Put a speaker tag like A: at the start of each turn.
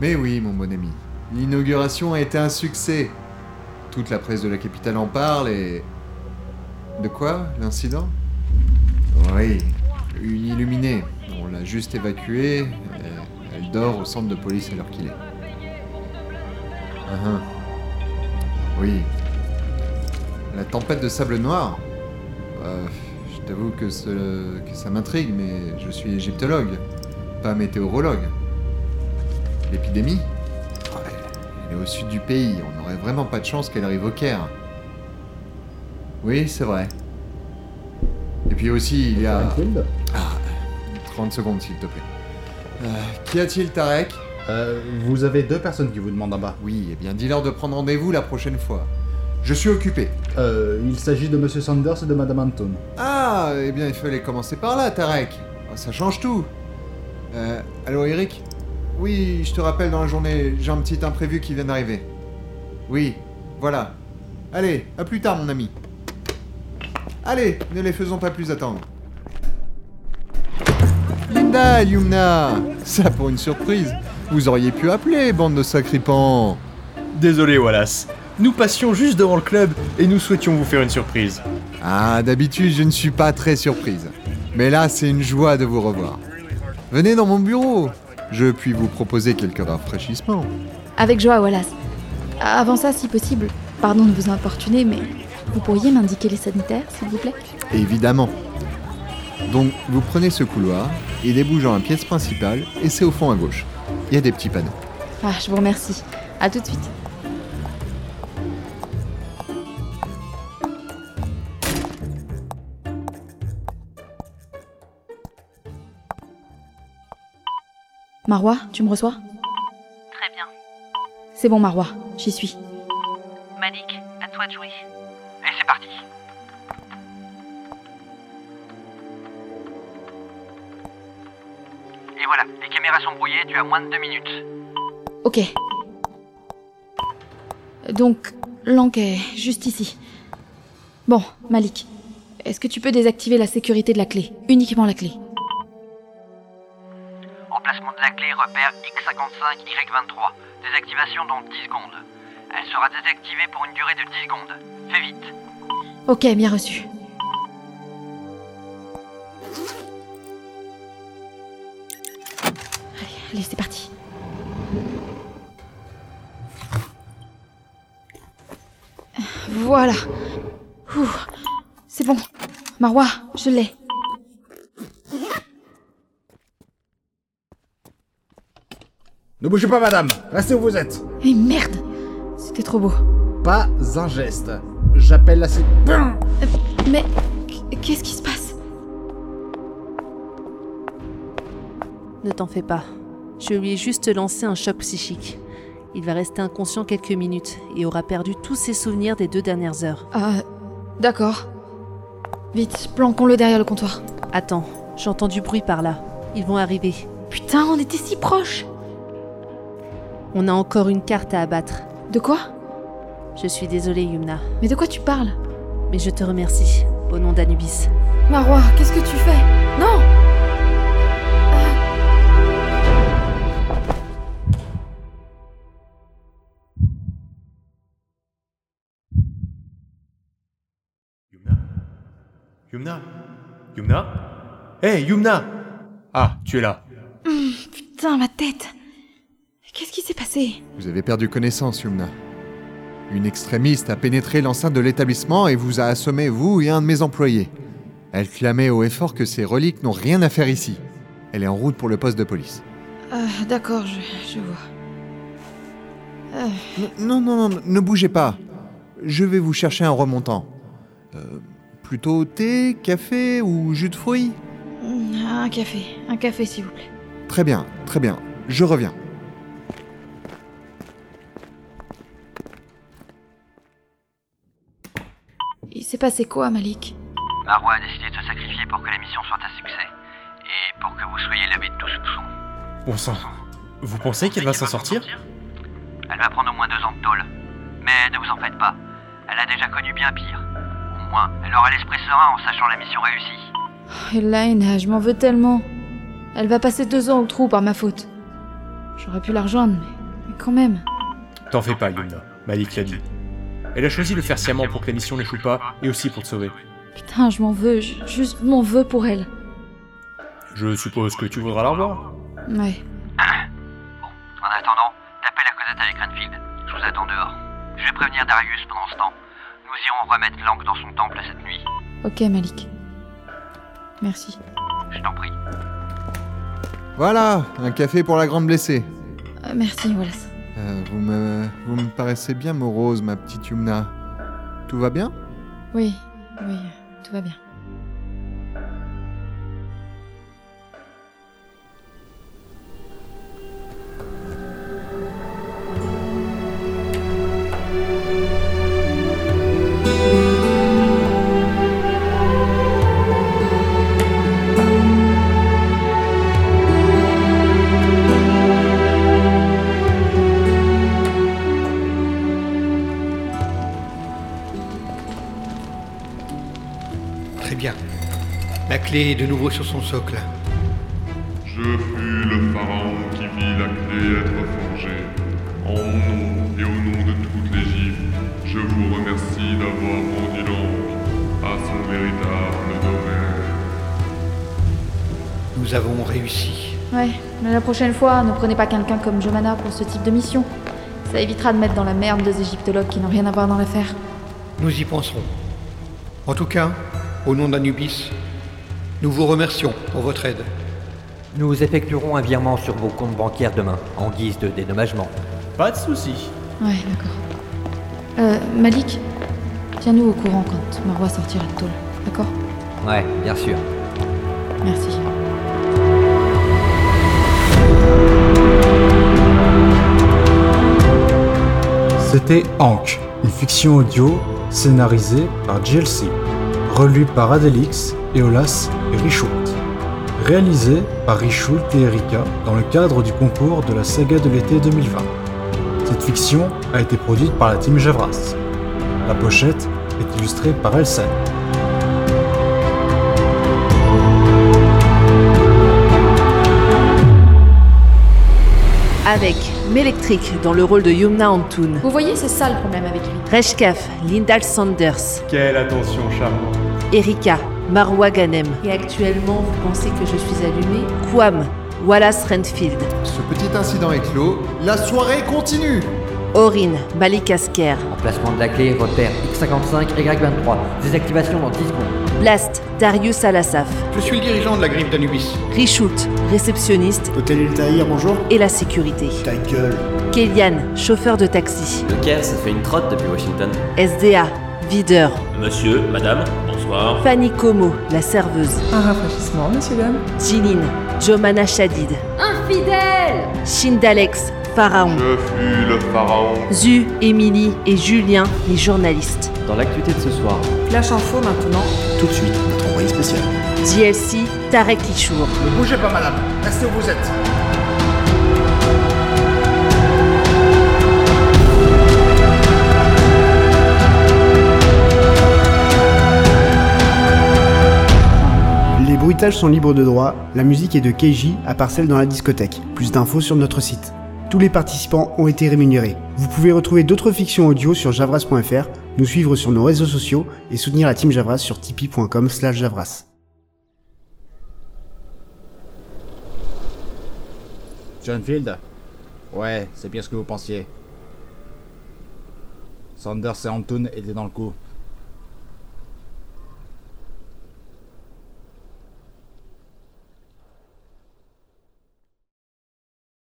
A: Mais oui, mon bon ami, l'inauguration a été un succès. Toute la presse de la capitale en parle et. De quoi L'incident Oui, une illuminée. On l'a juste évacuée. et Elle dort au centre de police à l'heure qu'il est. Ah ah. Uh-huh. Oui. La tempête de sable noir Euh, Je t'avoue que, ce- que ça m'intrigue, mais je suis égyptologue, pas météorologue. L'épidémie Ah, elle- Elle est au sud du pays, on n'aurait vraiment pas de chance qu'elle arrive au Caire. Oui, c'est vrai. Et puis aussi, il y a...
B: Mathilde
A: 30 secondes, s'il te plaît. Euh, Qu'y a-t-il, Tarek
B: Euh, vous avez deux personnes qui vous demandent un bas.
A: Oui, eh bien, dis-leur de prendre rendez-vous la prochaine fois. Je suis occupé.
B: Euh, il s'agit de Monsieur Sanders et de Madame Anton.
A: Ah, eh bien, il fallait commencer par là, Tarek. Oh, ça change tout. Euh, allô, Eric Oui, je te rappelle dans la journée, j'ai un petit imprévu qui vient d'arriver. Oui, voilà. Allez, à plus tard, mon ami. Allez, ne les faisons pas plus attendre. Linda, Yumna Ça pour une surprise. Vous auriez pu appeler, bande de sacripants.
C: Désolé Wallace. Nous passions juste devant le club et nous souhaitions vous faire une surprise.
A: Ah, d'habitude, je ne suis pas très surprise. Mais là, c'est une joie de vous revoir. Venez dans mon bureau. Je puis vous proposer quelques rafraîchissements.
D: Avec joie, Wallace. Avant ça, si possible, pardon de vous importuner, mais vous pourriez m'indiquer les sanitaires, s'il vous plaît
A: Évidemment. Donc, vous prenez ce couloir et débouchant la pièce principale, et c'est au fond à gauche. Il y a des petits panneaux.
D: Ah, je vous remercie. À tout de suite. Marois, tu me reçois
E: Très bien.
D: C'est bon, Marois, j'y suis.
E: Malik, à toi de jouer. Et c'est parti. Et voilà, les caméras sont brouillées, tu as moins de deux minutes.
D: Ok. Donc, l'enquête, juste ici. Bon, Malik, est-ce que tu peux désactiver la sécurité de la clé Uniquement la clé.
E: Emplacement de la clé repère X55, Y23. Désactivation dans 10 secondes. Elle sera désactivée pour une durée de 10 secondes. Fais vite.
D: Ok, bien reçu. Allez, allez, c'est parti. Voilà. Ouh, C'est bon. Marois, je l'ai.
B: Ne bougez pas, madame Restez où vous êtes
D: Et merde C'était trop beau.
B: Pas un geste. J'appelle la sé- Pum
D: Mais qu- qu'est-ce qui se passe
F: Ne t'en fais pas. Je lui ai juste lancé un choc psychique. Il va rester inconscient quelques minutes et aura perdu tous ses souvenirs des deux dernières heures.
D: Ah, d'accord. Vite, planquons-le derrière le comptoir.
F: Attends, j'entends du bruit par là. Ils vont arriver.
D: Putain, on était si proches
F: On a encore une carte à abattre.
D: De quoi
F: Je suis désolée, Yumna,
D: Mais de quoi tu parles
F: mais je te remercie. Au nom d'Anubis.
D: Marois, qu'est-ce que tu fais Non
C: Yumna Yumna Yumna Hé Yumna Ah, tu es là.
D: Putain, ma tête Qu'est-ce qui s'est passé
A: Vous avez perdu connaissance, Yumna. Une extrémiste a pénétré l'enceinte de l'établissement et vous a assommé, vous et un de mes employés. Elle clamait haut et fort que ces reliques n'ont rien à faire ici. Elle est en route pour le poste de police.
D: Euh, d'accord, je, je vois. Euh,
A: Non, non, non, ne bougez pas. Je vais vous chercher un remontant. Euh, plutôt thé, café ou jus de fruits
D: mm, un café, un café s'il vous plaît.
A: Très bien, très bien. Je reviens.
D: Il s'est passé quoi, Malik
E: Marois a décidé de se sacrifier pour que la mission soit un succès. Et pour que vous soyez levé de tout soupçon.
C: Bon sang. Vous pensez qu'elle va s'en sortir
E: Elle va prendre au moins deux ans de tôle. Mais ne vous en faites pas. Elle a déjà connu bien pire. Au moins, elle aura l'esprit serein en sachant la mission réussie.
D: Hélène, je m'en veux tellement. Elle va passer deux ans au trou par ma faute. J'aurais pu la rejoindre, mais, mais quand même.
G: T'en fais pas, Yumna. Malik l'a dit. Elle a choisi de le faire sciemment pour que la mission n'échoue pas et aussi pour te sauver.
D: Putain, je m'en veux, je- juste m'en veux pour elle.
G: Je suppose que tu voudras la revoir.
D: Ouais.
E: En attendant, t'appelles à Cosette avec Renfield. Je vous attends dehors. Je vais prévenir Darius pendant ce temps. Nous irons remettre Lang dans son temple cette nuit.
D: Ok, Malik. Merci.
E: Je t'en prie.
A: Voilà, un café pour la grande blessée.
D: Euh, merci, Wallace.
A: Euh, vous, me, vous me paraissez bien morose, ma petite Yumna. Tout va bien
D: Oui, oui, tout va bien.
H: Très bien. La clé est de nouveau sur son socle.
I: Je fus le pharaon qui vit la clé être forgée. En mon nom et au nom de toute l'Égypte, je vous remercie d'avoir rendu l'ange à son véritable domaine.
H: Nous avons réussi.
D: Ouais, mais la prochaine fois, ne prenez pas quelqu'un comme Jomana pour ce type de mission. Ça évitera de mettre dans la merde des égyptologues qui n'ont rien à voir dans l'affaire.
H: Nous y penserons. En tout cas, au nom d'Anubis, nous vous remercions pour votre aide.
J: Nous effectuerons un virement sur vos comptes bancaires demain, en guise de dédommagement.
C: Pas de soucis.
D: Ouais, d'accord. Euh, Malik, tiens-nous au courant quand Marwa sortira de Tôle, d'accord
J: Ouais, bien sûr.
D: Merci.
K: C'était Hank, une fiction audio scénarisée par JLC, relue par Adélix, Eolas et Richoult. Réalisée par Richoult et Erika dans le cadre du concours de la saga de l'été 2020. Cette fiction a été produite par la team Javras. La pochette est illustrée par Elsan.
F: Avec Melectric dans le rôle de Yumna Antoun,
D: Vous voyez, c'est ça le problème avec lui.
F: Reshkaf, Linda Sanders,
C: Quelle attention, charmante.
F: Erika, Marwa Ganem. Et actuellement, vous pensez que je suis allumée Kwam, Wallace Renfield,
A: Ce petit incident est clos. La soirée continue
F: Orin, Malik Asker,
J: Emplacement de la clé, repère X55, Y23. Désactivation dans 10 secondes.
F: Blast, Darius Alassaf,
H: Je suis le dirigeant de la griffe d'Anubis.
F: Richoult, réceptionniste
B: Hôtel El Tahir, bonjour.
F: et la sécurité,
B: Ta gueule.
F: Kélian, chauffeur de taxi,
J: Le Caire, ça fait une trotte depuis Washington.
F: SDA, videur,
L: Monsieur, madame, bonsoir.
F: Fanny Como, la serveuse,
L: Un rafraîchissement, monsieur, dame.
F: Jilin, Jomana Shadid,
D: Infidèle
F: Shindalex, Pharaon,
I: Je fus le pharaon
F: Zu, Émilie et Julien, les journalistes,
J: Dans l'actualité de ce soir,
L: Flash info maintenant.
B: Tout de suite, notre envoyé spécial.
F: DLC, Tarek Lichour.
B: Ne bougez pas, madame. Restez où vous êtes.
M: Les bruitages sont libres de droit, la musique est de Keiji à part celle dans la discothèque. Plus d'infos sur notre site. Tous les participants ont été rémunérés. Vous pouvez retrouver d'autres fictions audio sur javras.fr, nous suivre sur nos réseaux sociaux et soutenir la team Javras sur tipeee.com slash javras.
B: Johnfield Ouais, c'est bien ce que vous pensiez. Sanders et Antoon étaient dans le coup.